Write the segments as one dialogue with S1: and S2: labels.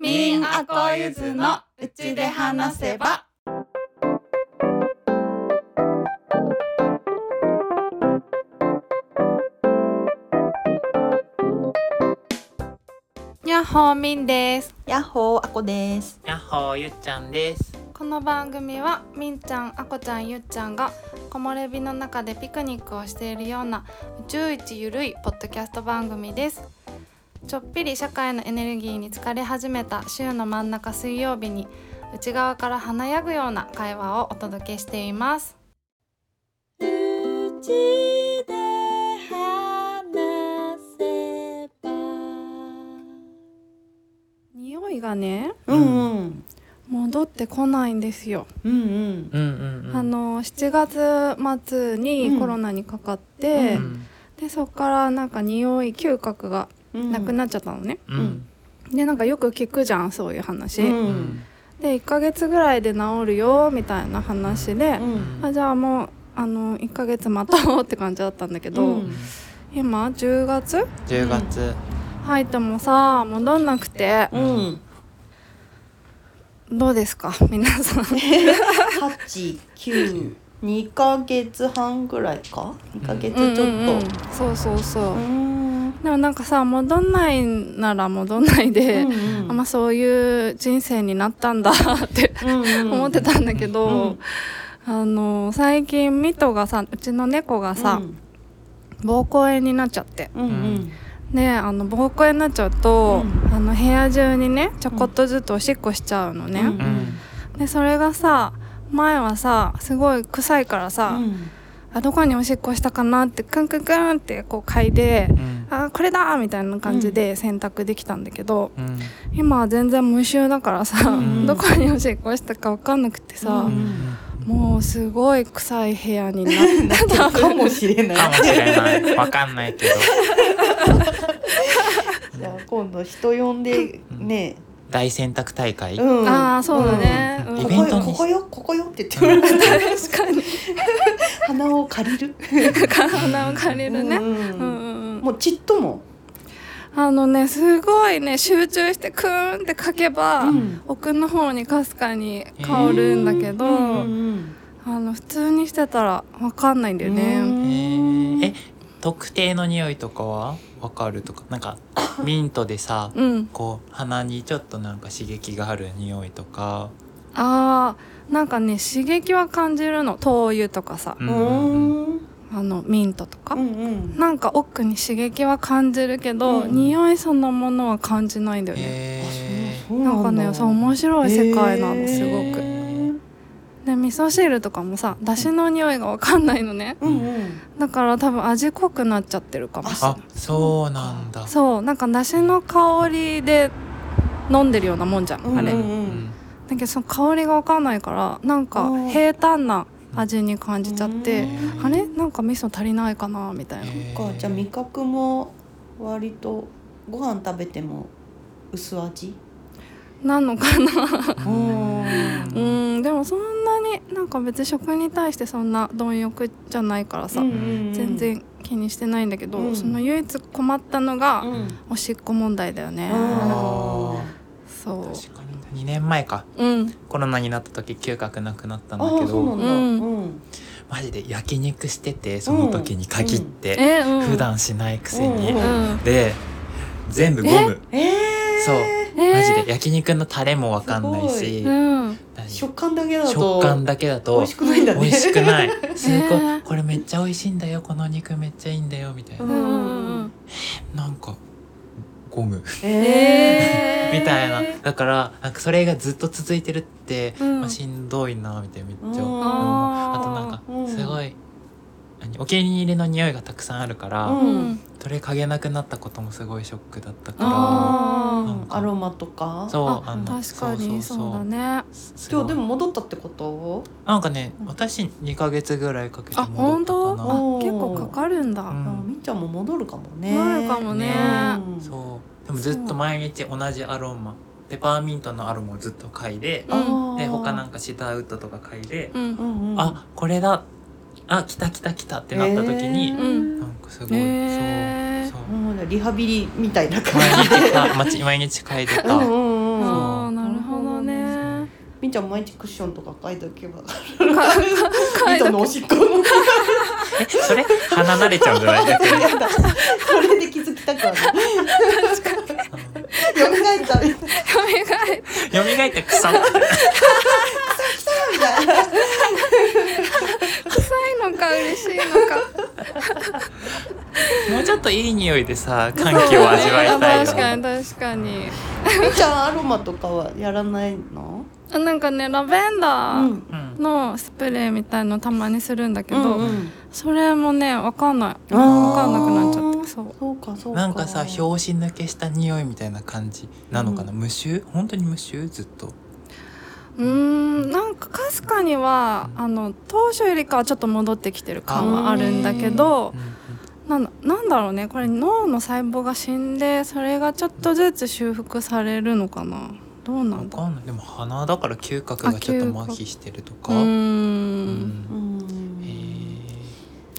S1: ンアコユズのうちで話せば。やっほーみんです
S2: ヤッホーあこです。
S3: やっほーゆっちゃんです。
S1: この番組はみんちゃんあこちゃんゆっちゃんが木漏れ日の中でピクニックをしているような宇宙一ゆるいポッドキャスト番組ですちょっぴり社会のエネルギーに疲れ始めた週の真ん中水曜日に内側から華やぐような会話をお届けしています
S2: うちで話せば。
S1: 匂いがね
S2: うんうん。
S1: 戻ってこないんですよ、
S2: うんうん。
S3: うんうんうん。
S1: あの7月末
S2: う
S1: に
S2: ん
S1: コロナにかかって、
S3: うん
S1: でそこからなんか匂い嗅覚がなくなっちゃったのね、
S3: うんうん
S1: でなんかよく聞くじゃんそういう話、
S2: う
S3: うんん
S1: で1ヶ月ぐらいで治るよみたいな話で、
S2: うん。
S1: あじゃあもうあの1ヶ月待とうって感じだったんだけど、
S2: うん
S1: 今10月
S3: 10月。
S1: 入ってもさ戻んなくて
S2: うん。
S1: どうですか皆さん
S2: 八九二ヶ月半ぐらいか。二ヶ月ちょ
S1: うんうんう
S2: っ
S1: ん
S2: と。
S1: そうそうそう
S2: う、ん。
S1: でもなんかさ戻んないなら戻んないで、
S2: うん
S1: あまあそういう人生になったんだ って思ってたんだけど、
S2: うん
S1: あの最近ミトがさうちの猫がさ、
S2: うん
S1: 膀胱炎になっちゃって
S2: うんうん。
S1: ねあの膀胱炎になっちゃうと、
S2: うん
S1: あの部屋中にねちょこっとずつおしっこしちゃうの
S2: う
S1: ね、
S2: ん
S1: でそれがさ前はさすごい臭いからさ、
S2: うん
S1: あどこにおしっこしたかなってクンクンクンってこう嗅いで、
S3: うん
S1: あこれだみたいな感じで洗濯できたんだけど、
S3: うん
S1: 今は全然無臭だからさ、
S2: ん
S1: どこにおしっこしたか分かんなくてさ、
S2: うん
S1: もうすごい臭い部屋になってた
S2: かもしれ
S3: か
S2: な
S3: も
S2: い。
S3: しれない。わかんないけど。
S2: じゃあ今度人呼んでね。
S3: 大選択大会。
S2: うん。
S1: ああそうだ。ね、
S3: うん
S1: うん
S3: イ
S2: こ
S3: ベ
S2: こ
S3: ント
S2: よ
S3: に
S2: ここよここよって言ってもらって
S1: 確かに
S2: 鼻を借りる。
S1: 鼻を借りるね、
S2: うん
S1: うんうんうん
S2: もうちっとも。
S1: あのねすごいね集中してクーンってかけば、
S2: うん
S1: 奥の方にかすかに香るんだけど、
S2: うん
S1: あの普通にしてたらわかんないんだよ
S2: う
S1: ね。
S3: え
S2: ん
S3: ーえ、特定の匂いとかはわかるとか、なんかミントでさ、
S1: うん、
S3: こう鼻にちょっとなんか刺激がある匂いとか。
S1: あーなんかね刺激は感じるの灯油とかさ
S3: う
S2: うんん
S3: うん
S1: あのミントとか、
S2: うん
S1: なんか奥に刺激は感じるけど、
S2: うん
S1: 匂いそのものは感じないんだよね、
S3: えー
S2: そう
S1: なんかねそう面白い世界なのすごく、
S3: へ
S1: で味噌汁とかもさだしの匂いがわかんないのね
S2: うんうん
S1: だから多分味濃くなっちゃってるかもしれ
S3: あ
S1: な、
S3: そうなんだ
S1: い。そうなんかだしの香りで飲んでるようなもんじゃん、
S2: うん
S1: あれ
S2: う
S1: だ
S2: ん
S1: けどその香りがわかんないからなんか
S2: うん
S1: 平坦な味に感じちゃって
S2: うん
S1: あれなんか味噌足りないかなみたいな、
S3: え
S2: そっかじゃあ味覚も割とご飯食べても薄味
S1: なんのかな
S2: うん
S1: うんでもそんなになんか別に食に対してそんな貪欲じゃないからさ、全然気にしてないんだけど、
S2: うん
S1: その唯一困ったのが、
S2: うん
S1: おしっこ問題だよね、
S2: あ
S1: そ
S3: 確かに2年前か
S1: ううん
S3: コロナになった時嗅覚なくなったんだ
S2: あ
S3: け
S2: ーそうな
S3: ど
S2: ん
S1: う
S2: だ
S1: ん
S2: うん
S3: マジで焼肉しててその時に限って、
S1: えうん
S3: 普段しないくせに、
S2: うん
S1: うん
S3: で全部ゴム
S2: えー
S3: そう
S1: えー
S3: マジで焼肉のタレもわかんないし
S1: うん
S3: 何
S2: 食感だけだと
S3: 食感だけだ
S2: 美
S3: と
S2: 味しくないんだね
S3: 美味しくないすごい、
S1: えー
S3: これめっちゃ美味しいんだよこの肉めっちゃいいんだよみたいな、
S2: う
S1: うんんうん
S3: なんかゴム
S2: え
S1: えー
S3: みたいなだからなんかそれがずっと続いてるって、
S1: うん
S3: まあ、しんどいなみたいなめっちゃ
S2: うん
S3: 思う
S1: あー
S3: あとなんか
S2: うん
S3: すごい、何お気に入りの匂いがたくさんあるから、
S2: うん
S1: うん
S3: それ嗅げなくなったこともすごいショックだったか
S2: あ
S3: なん
S2: ー
S3: か
S2: アロマとから
S3: そう
S1: あ
S3: あの
S1: 確かにそうだね
S3: すごい
S2: 今日でも戻ったってこと
S3: なんかね私2ヶ月ぐらいかけて
S1: あ
S3: 戻ったか
S1: 本
S3: な
S1: 当あ
S2: おー
S1: 結構かかるんだ、
S3: うん
S2: あみっちゃんも戻るかもね
S1: なるかもね
S3: ね
S2: うん
S3: そうでもずっと毎日同じアロマペパーミントのアロマをずっと嗅いで
S1: うん
S3: で他なん
S2: か、
S3: かシダーウッドとか嗅いで、
S1: うん
S2: うんうん、
S3: あこれだあ来た来た来たってなった時
S1: ー
S3: に、な
S2: うんん
S3: かすごい、
S1: へー
S3: そうそう
S2: うんリハビリみたいな感
S3: 毎
S2: じ
S3: 日か毎日毎日嗅いでた、
S2: うんうんうん
S3: そう
S1: あーな
S2: んちゃん毎日クッションとか書いておけば
S1: 書
S2: み
S1: いとく
S2: たのおしっこの
S3: えそれ離れちゃうんじゃない逆 に
S2: やだそれで気づきたくはない 読み返ったみたい
S3: 蘇って草って
S2: な
S1: 臭いのか嬉しいのか
S3: もうちょっといい匂いでさ歓喜を味わいたい
S1: 確か
S3: よね
S1: に確かに
S2: みーちゃんアロマとかはやらないの
S1: あなんかねラベンダー
S3: うん
S1: のスプレーみたいのたまにするんだけど、
S2: うんうん
S1: それもねわかんない
S2: あー
S1: わかんなくなっちゃってそう
S2: そうかそうか
S3: なんかさ拍子抜けした匂いみたいな感じなのかな無臭本当に無臭ずっと
S1: うーんなんかかすかにはあの当初よりかはちょっと戻ってきてる感はあるんだけどなんだなんだろうねこれ脳の細胞が死んでそれがちょっとずつ修復されるのかなどうな
S3: わ
S1: んだ
S3: かんないでも鼻だから嗅覚がちょっと麻痺してると
S1: う
S3: か
S1: ー
S3: うん
S1: ん
S2: うん
S3: へー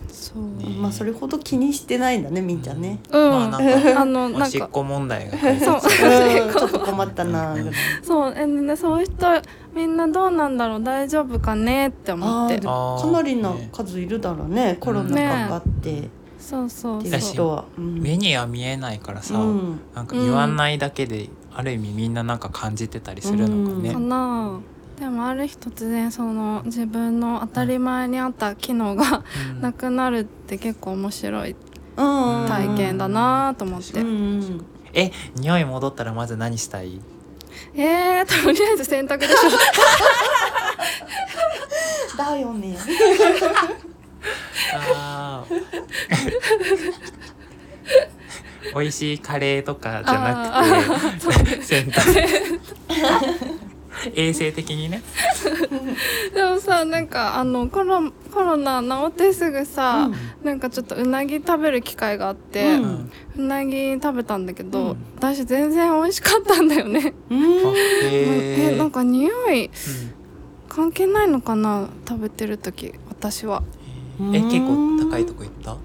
S1: そう
S3: ね
S2: まあそれほど気にしてないんだねみーちゃんね
S1: うん、
S3: まあなんか
S1: あの
S3: お
S1: なん
S3: しっ
S1: か
S3: こ問題が
S1: そう
S2: うんちょっと困ったな
S3: うん
S1: そうえ、ね、そういう人みんなどうなんだろう大丈夫かねって思
S2: あ
S1: っ
S2: ー
S1: て
S2: で
S3: あ
S2: も
S3: ー
S2: かなりな数いるだろうねコロナかかって、
S1: そうそ
S2: っ
S1: う
S2: ていう
S1: そ
S2: 人は、うん
S3: 目には見えないからさ、
S2: うん
S3: なんか言わないだけで、ある意味みんななんか感じてたりするのかね、
S1: うかなでもある日突然その自分の当たり前にあった機能が
S3: う ん
S1: なくなるって結構面白い
S2: うん
S1: 体験だなと思って、
S2: うんうん
S3: え匂い戻ったらまず何したい
S1: えー、とりあえず洗濯でし ょ
S2: だよね
S3: あ ー美味しいカレーとかじゃなくて洗濯 衛生的にね
S1: でもさなんかあのコロコロナ治ってすぐさ、
S2: う
S1: なんかちょっとうなぎ食べる機会があって、
S2: う
S1: うんなぎ食べたんだけど、
S2: うん
S1: 私全然美味しかったんだよね、
S2: うん
S3: あへ
S1: え
S3: ー
S1: なんか匂い
S3: うん
S1: 関係ないのかな食べてる時私は
S3: え結構高いとこ行った
S1: い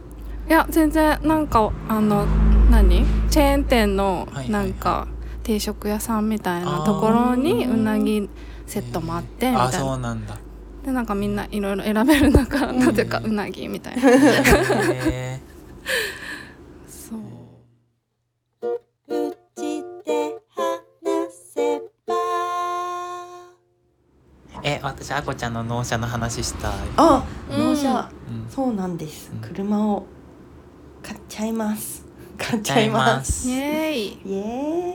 S1: や全然なんかあの何チェーン店の
S3: はいはい
S1: なんか定食屋さんみたいなところに
S2: あー
S1: うなぎセットもあってみ
S3: あ
S1: たい
S3: そ
S1: な
S3: うなんだ
S1: でなんかみんないろいろ選べる中なぜかうなぎみたいな
S3: へ
S1: そう
S2: うちで話せば
S3: ーえ私あこちゃんの納車の話したい
S2: あ、
S1: うん
S2: 納車
S3: うん
S2: そうなんです
S3: うん
S2: 車を買っちゃいます買っちゃいます
S1: イエーイ
S2: イエ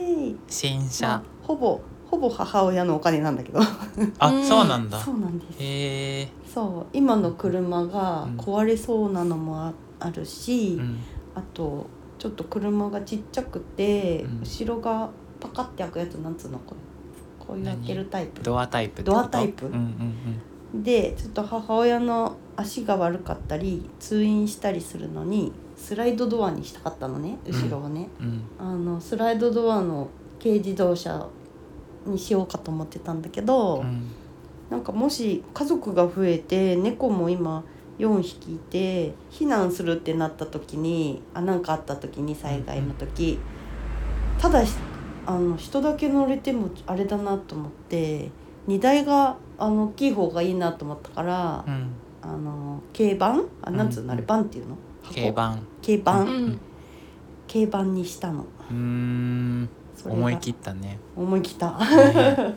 S2: ーイ
S3: 新
S2: ま
S3: 車
S2: あほぼほぼ母親のお金なんだけど
S3: あ
S1: うん
S3: そうなんだ
S2: そうなんです
S3: へえ
S2: そう今の車が
S3: うん
S2: 壊れそうなのもああるし、
S3: うん
S2: あとちょっと車がちっちゃくて、
S3: うん
S2: 後ろがパカって開くやつなんつうのこれこういう開けるタイプ
S3: ドアタイプってこと
S2: ドアタイプ
S3: うんうん
S2: でちょっと母親の足が悪かったり通院したりするのにスライドドアにしたかったのね後ろをね、
S3: うんうん
S2: あのスライドドアの軽自動車にしようかと思ってたんだけど、
S3: うん
S2: なんかもし家族が増えて猫も今4匹いて避難するってなった時にあなんかあった時に災害の時、ただしあの人だけ乗れてもあれだなと思って荷台があの大きい方がいいなと思ったから、
S3: うん
S2: あの軽バンあなんつうのあれバンっていうの箱
S3: 軽バン
S2: 軽バ
S1: う
S2: ン
S1: ん
S2: 軽バンにしたの
S3: うーん
S2: それが
S3: 思い切ったね
S2: 思い切った
S3: ね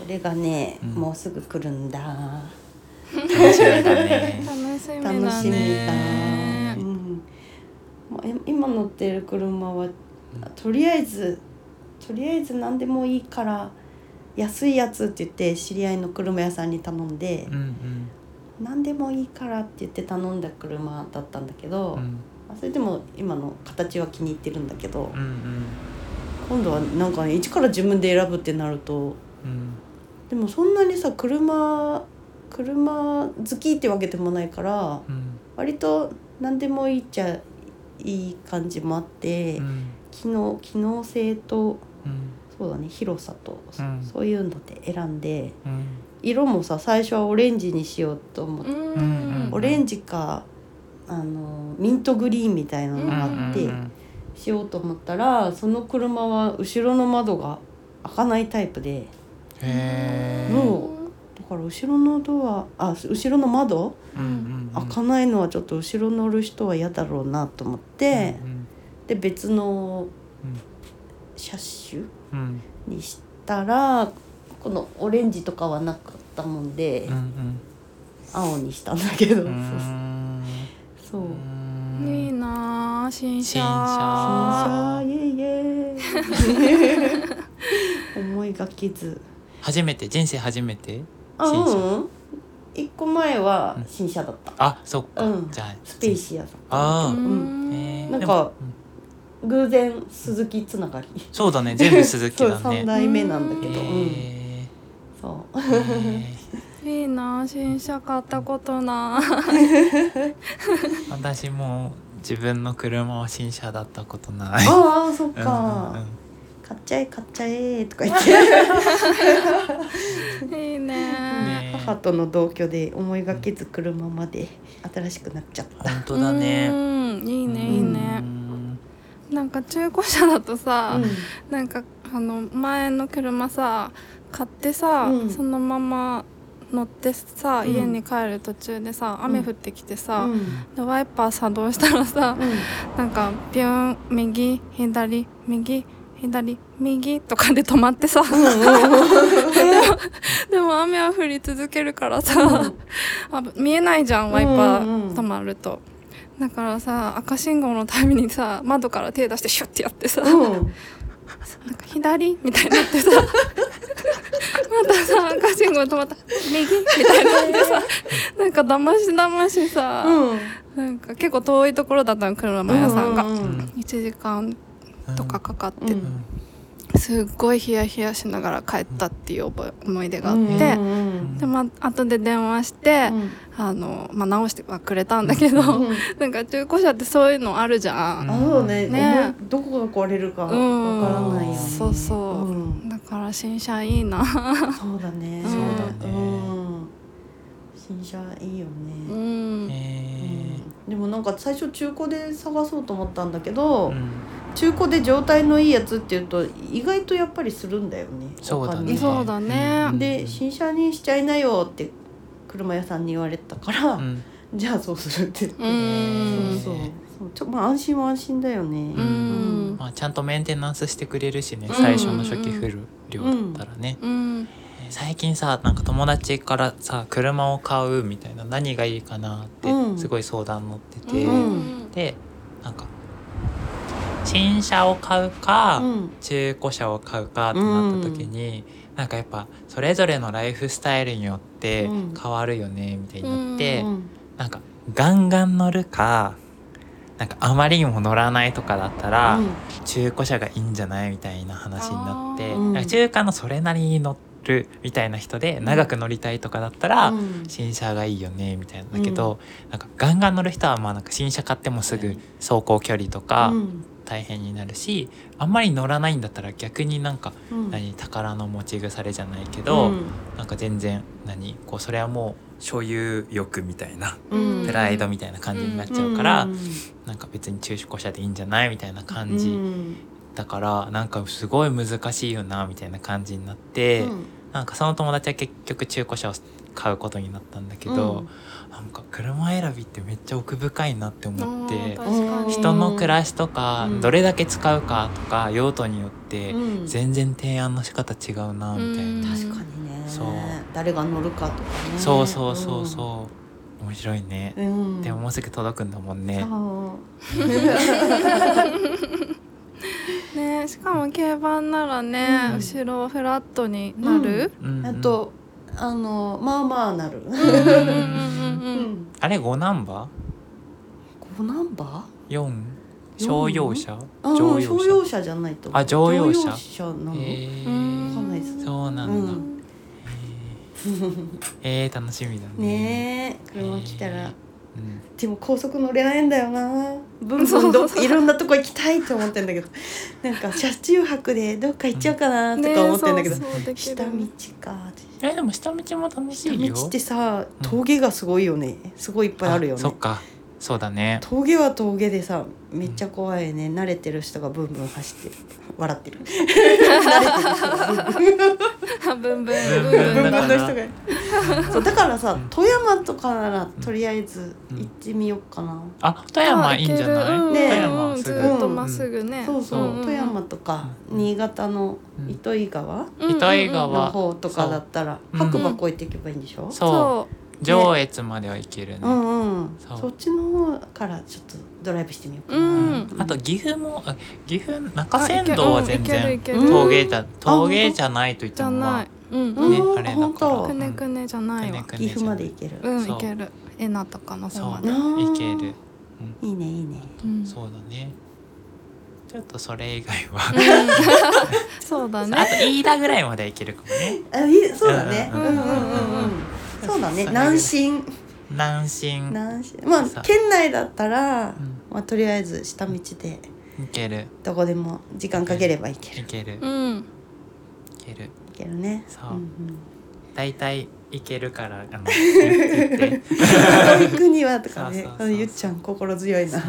S2: それがね、
S3: うん
S2: もうすぐ来るんだ
S3: 楽しみだね
S1: 楽しみだね
S2: 楽しみだな、う
S3: ね
S2: ん、まあえ今乗ってる車はとりあえずとりあえず何でもいいから安いやつって言って知り合いの車屋さんに頼んで、
S3: うんうん
S2: 何でもいいからって言って頼んだ車だったんだけど、
S3: うん
S2: まあそれでも今の形は気に入ってるんだけど、
S3: うんうん
S2: 今度はなんかね一から自分で選ぶってなると
S3: うん
S2: でもそんなにさ車車好きってわけでもないから
S3: うん
S2: 割と何でもいいっちゃいい感じもあって、
S3: うん
S2: 機能機能性と
S3: うん
S2: そうだね広さと、そ
S3: うん
S2: そういうので選んで
S3: うん
S2: 色もさ最初はオレンジにしようと思って、
S1: うん
S3: うん
S2: オレンジかあのミントグリーンみたいなのがあって、
S3: うんうん
S2: しようと思ったらその車は後ろの窓が開かないタイプで、
S3: へえ
S2: もうだから後ろのドアあ後ろの窓
S3: うんう
S2: 開
S3: ん
S2: かないのはちょっと後ろ乗る人は嫌だろうなと思って、
S3: うん
S2: で別の
S3: うん
S2: 車種
S3: うん
S2: にしたらこのオレンジとかはなかったもんで、
S3: うんうん
S2: 青にしたんだけど、
S3: うーん
S2: そう
S3: うーん
S1: いいなあ新車
S3: 新車
S2: 新車イエイイエイ 思いがけず
S3: 初めて人生初めて
S2: あ
S3: 新車
S2: うん一個前は新車だった、
S3: あそっか、
S2: うん
S3: じゃあ
S2: スペーシアだった
S3: あ
S1: う
S3: あ、
S1: ん
S3: えー
S2: なんか
S3: でもうん
S2: 偶然鈴木つながり
S3: そ うだね全部鈴木だ
S2: そう3
S3: ね
S2: 代目なんだけど、
S1: 代
S2: うん
S3: へ
S2: そう
S3: ーへ
S1: いいなあ新車買ったことない
S3: ー私も自分の車は新車だったことない
S2: ああそっ
S3: うん
S2: か、
S3: うんうん
S2: 買っちゃえ買っちゃえとか言って
S1: いいね
S3: ね
S2: 母との同居で思いがけず車まで新しくなっちゃった
S3: 本当だね
S1: うんいいねいいね
S3: う、ん
S1: なんか中古車だとさ、
S2: うん
S1: なんかあの前の車さ買ってさ、
S2: うん
S1: そのまま乗ってさ
S2: うん
S1: 家に帰る途中でさ、雨降ってきてさ、
S2: うん
S1: でワイパー作動したらさ
S2: うん
S1: なんかビューン右左右左右とかで止まってさ、 でも雨は降り続けるからさ、あ見えないじゃんワイパ
S2: うんうん
S1: ー止まると、だからさ赤信号のたびにさ窓から手出してシュッてやってさ、
S2: うん
S1: なんか左みたいになってさ またさ赤信号止まった右みたいになってさなんかだましだましさ、
S2: うん
S1: なんか結構遠いところだったの車屋さんが、
S2: うううん
S1: 1時間とかかかって、
S2: うん
S3: うん
S1: すっごいヒヤヒヤしながら帰ったっていう覚え思い出があって、
S2: うん
S1: でまあ後で電話して、あのまあ、直してはくれたんだけど、
S2: うん
S1: なんか中古車ってそういうのあるじゃん、
S2: あそうね
S1: ね
S2: 思いどこが壊れるかわか
S1: うん
S2: らないよね
S1: そうそう、
S2: うん
S1: だから新車いいな
S2: そうだね
S1: そうだ
S3: ね
S2: うん新車いいよ
S1: う
S2: ね
S1: ん
S3: へ
S2: うんでもなんか最初中古で探そうと思ったんだけど
S3: ーうん
S2: 中古で状態のいいやつっていうと意外とやっぱりするんだよね
S3: そうだ
S2: お金
S3: ね
S2: が
S1: そうだね
S3: うん
S2: で新車にしちゃいなよって車屋さんに言われたから、
S3: うん
S2: じゃあそうするって言って、
S1: うん
S2: そうそうそうちょまあ安心は安心だよね
S1: う、ん
S3: まあ、ちゃんとメンテナンスしてくれるしね
S2: うん
S3: 最初の初期フル量だったらね、
S1: うん
S3: 最近さなんか友達からさ車を買うみたいな何がいいかなって
S2: うん
S3: すごい相談乗ってて、
S1: うん
S3: でなんか新車を買うか、
S2: うん
S3: 中古車を買うかってなった時に、なんかやっぱそれぞれのライフスタイルによって
S2: うん
S3: 変わるよねみたいになって、
S2: うん
S3: なんかガンガン乗るかなんかあまりにも乗らないとかだったら、
S2: うん
S3: 中古車がいいんじゃないみたいな話になって、
S1: あー
S2: うん
S3: なんか中華のそれなりに乗るみたいな人で長く乗りたいとかだったら、新車がいいよねみたいなんだけど、なんかガンガン乗る人はまあなんか新車買ってもすぐ走行距離とか
S2: うん
S3: 大変になるし、あんまり乗らないんだったら逆になんか、
S2: うん
S3: 何宝の持ち腐れじゃないけど、
S2: うん
S3: なんか全然何こうそれはもう所有欲みたいな
S2: うん
S3: プライドみたいな感じになっちゃうから、
S2: うん
S3: なんか別に中古車でいいんじゃないみたいな感
S2: う
S3: じ。
S2: ん
S3: だからなんかすごい難しいよなみたいな感じになって、
S2: うん
S3: なんかその友達は結局中古車を買うことになったんだけど、なんか車選びってめっちゃ奥深いなって思って
S1: あー確かに
S3: 人の暮らしとか
S2: うん
S3: どれだけ使うかとか用途によって
S2: うん
S3: 全然提案の仕方違うなみたい
S1: うん
S3: な、
S2: 確かにね
S3: そう
S2: 誰が乗るかとかね
S3: そうそうそうそう面白いね、
S2: うん、うん、
S3: でももうすぐ届くんだもんね
S2: そう
S1: ねしかも競馬ならね、
S3: うん
S1: 後ろフラットになる、
S3: うんうん
S2: あとあのまあまあなる、
S1: うん、うんうん
S2: う
S1: うん
S2: ん、
S3: あれ5ナンバ
S2: 5ナンバ
S3: ー ?4 商用車
S2: ー
S3: 乗
S2: あ
S3: 用
S2: 商
S3: 車
S2: 用車じゃないと思う
S3: あ乗用車
S2: 乗用車なの、
S3: へ
S1: う
S3: ー
S1: ん
S2: わかんないです
S3: そうな
S2: うん
S3: だ。
S2: ん、
S3: えー、楽しみだね。
S2: ねえ車来たら、
S3: うん。
S2: でも高速乗れないんだよなブンブンどっかいろんなとこ行きたいと思ってんだけどなんか車中泊でどっか行っちゃおうかなとか思ってんだけど、
S1: ねそうそうできる
S2: 下道かって
S3: えでも下道も楽し
S2: 下
S3: いよ。
S2: 道ってさ峠がすごいよねすごいいっぱいあるよね
S3: そっか。そうだね。
S2: 峠は峠でさめっちゃ怖いね、慣れてる人がブンブン走ってる笑ってる慣れてる人がブン
S1: ブ
S2: ブン
S1: ンブンブン
S3: ブン
S1: ブン
S2: ブンブン
S3: だ
S2: の
S3: から
S2: 人が そうだからさ
S3: うん
S2: 富山とかならとりあえず行ってみようかな、
S3: あ富山いいんじゃない、
S1: うん
S2: ね
S3: 富
S1: う
S3: 山
S1: ん
S3: す
S1: ず
S3: ぐ、
S2: ん
S1: ーっとまっすぐね。
S2: そうそう、
S1: んんん
S2: 富山とか
S3: うん
S2: 新潟の
S3: うん
S2: 糸魚川
S1: うんうんうん
S3: 糸魚川
S2: の方とかだったら
S3: そう
S2: 白馬越えていけばいいんでしょ、
S3: そ
S1: そう
S3: 上越までは行けるね、
S2: うん、うん
S3: そう
S2: そっちの方からちょっとドライブしてみようか
S1: う
S2: な、
S1: ん
S3: あと岐阜もあ岐阜中山道は全
S1: あい
S3: 然
S1: け
S2: うん
S1: うんいけるいける
S3: 陶芸じゃ陶芸
S2: 本当
S3: じゃないと言っ
S1: じ
S3: て
S1: ゃ
S3: も
S1: な
S3: ま
S1: い。うん
S3: あ
S1: う。
S2: うん
S3: ねあれだから
S2: 本当
S1: くねくねじゃないわ。
S2: 岐阜まで行ける、
S1: うん
S3: そ
S1: い
S3: う
S1: ける。えなとかの方
S3: そう
S1: まで。
S3: 行ける
S2: いいねいいね
S1: うん
S3: そうだねちょっとそれ以外は、
S1: うんそうだ
S3: あ
S1: ね。
S3: と飯田ぐらいまでは行けるかもね
S2: あいいそうだね
S3: う
S2: うんん
S3: う
S2: うんん
S3: うん
S2: う
S3: うん
S2: んうんそうだね
S3: それぐらい
S2: 南進
S3: 南進
S2: 南進ま
S3: そう
S2: あ県内だったら、
S3: うん
S2: まあ、とりあえず下道で
S3: 行ける
S2: どこでも時間かければ行ける
S3: 行ける
S1: うん。
S3: 行ける
S2: 行けるね
S3: そう
S2: うん
S3: 大体行けるからあ の言って
S2: うん、遠くにはとかね
S3: そうそうそう
S2: あのゆっちゃん心強いな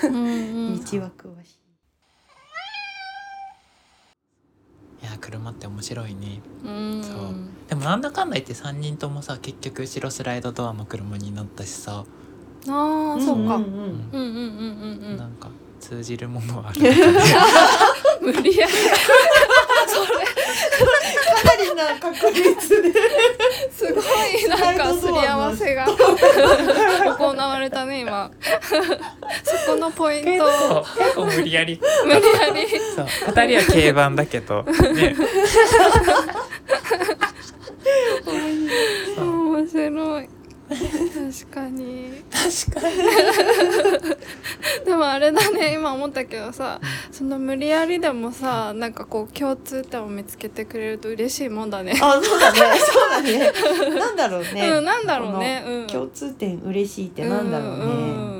S3: そう
S1: うん うん。
S2: 道は詳しい
S3: いや車って面白いね
S1: うん
S3: そうでもなんだかんだ言って3人ともさ結局後ろスライドドアも車になったしさ、
S1: ああ、そうか。
S2: う
S1: うんんうんう
S2: うんうん
S1: んうんう。
S3: なんんか通じるものは あるね
S1: 無理やり。
S2: かなりな確率で
S1: すごいなんかすり合わせが 行われたね今。 そこのポイン
S3: 結
S1: トを
S3: 構結構無理やり
S1: 無理やり。
S3: そう2人は軽バンだ けどねそう
S1: 面白い。確かに。
S3: 確かに
S1: でもあれだね今思ったけどさその無理やりでもさなんかこう共通点を見つけてくれると嬉しいもんだね。
S2: あそうだねそうだねなんだろうね、
S1: うんなんだろうね。うん。
S2: 共通点嬉しいってなんだろうね、
S1: んう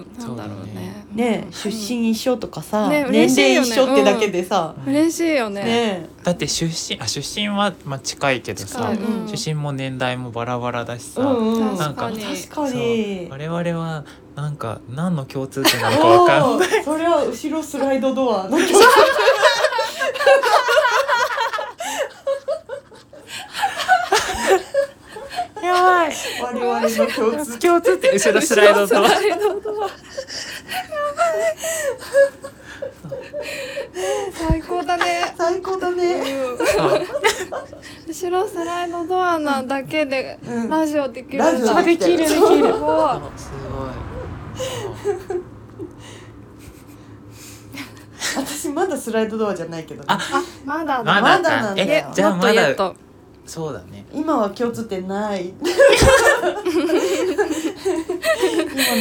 S1: んなんだろうね。
S2: ね
S1: う、ん
S2: 出身一緒とかさ、
S1: ね嬉
S2: 年
S1: しい
S2: 齢
S1: よね
S2: 一緒ってだけでさ、
S1: 嬉しいよね。
S2: ね
S3: だって出身あ出身は、まあ、近いけどさ、
S1: 近い
S2: うん
S3: 出身も年代もバラバラだしさ、
S2: うんうん、
S3: な
S1: 確
S3: んか
S1: かに。
S2: 確
S3: そ
S2: か
S3: う
S2: に
S3: 我々はなんか何の共通点なのかわかん
S2: お
S3: ない
S2: ーそれは後ろスライドドアの曲
S3: やばい
S2: 我々の共通
S3: 共通点後ろスライ ドと
S1: 後ろスライドドア最高だね。
S2: 最高だね
S1: 後ろスライドドアなだけで
S2: うん
S1: ラジオできるんだ。
S2: ラジオできる
S1: す
S2: で
S1: ご
S2: き
S1: い。
S2: る
S3: すごい
S2: 私まだスライドドアじゃないけどね、
S3: あ
S1: まだだ。
S3: まだ
S2: まだな
S3: か
S2: んだ
S3: え
S2: よ
S3: じゃあ
S1: もっと
S3: ま
S1: や
S3: だ
S1: っと
S3: そうだね
S2: 今は共通点ない今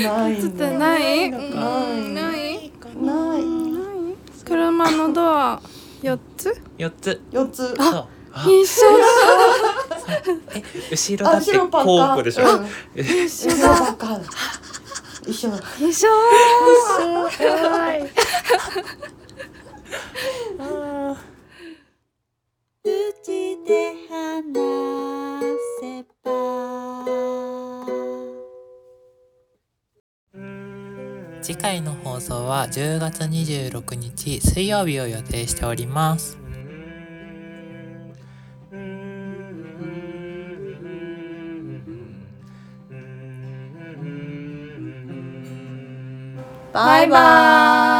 S2: ない
S1: 映っ
S2: ん
S1: て
S2: だ
S1: ない？
S2: な
S1: う
S2: い
S1: んない。
S2: ない
S1: ない。車のドア四つ？
S3: 四つ
S2: 四つ
S3: そうあ
S1: 一緒
S3: え後ろ
S2: あ
S3: だって
S2: 後ろパン
S3: こ
S2: か
S3: うでしょ、
S2: うん
S3: え
S2: 一緒だか 一緒だ
S1: だ。一緒。
S4: 口で話せば
S5: 次回の放送は10月26日水曜日を予定しております
S2: バイバイ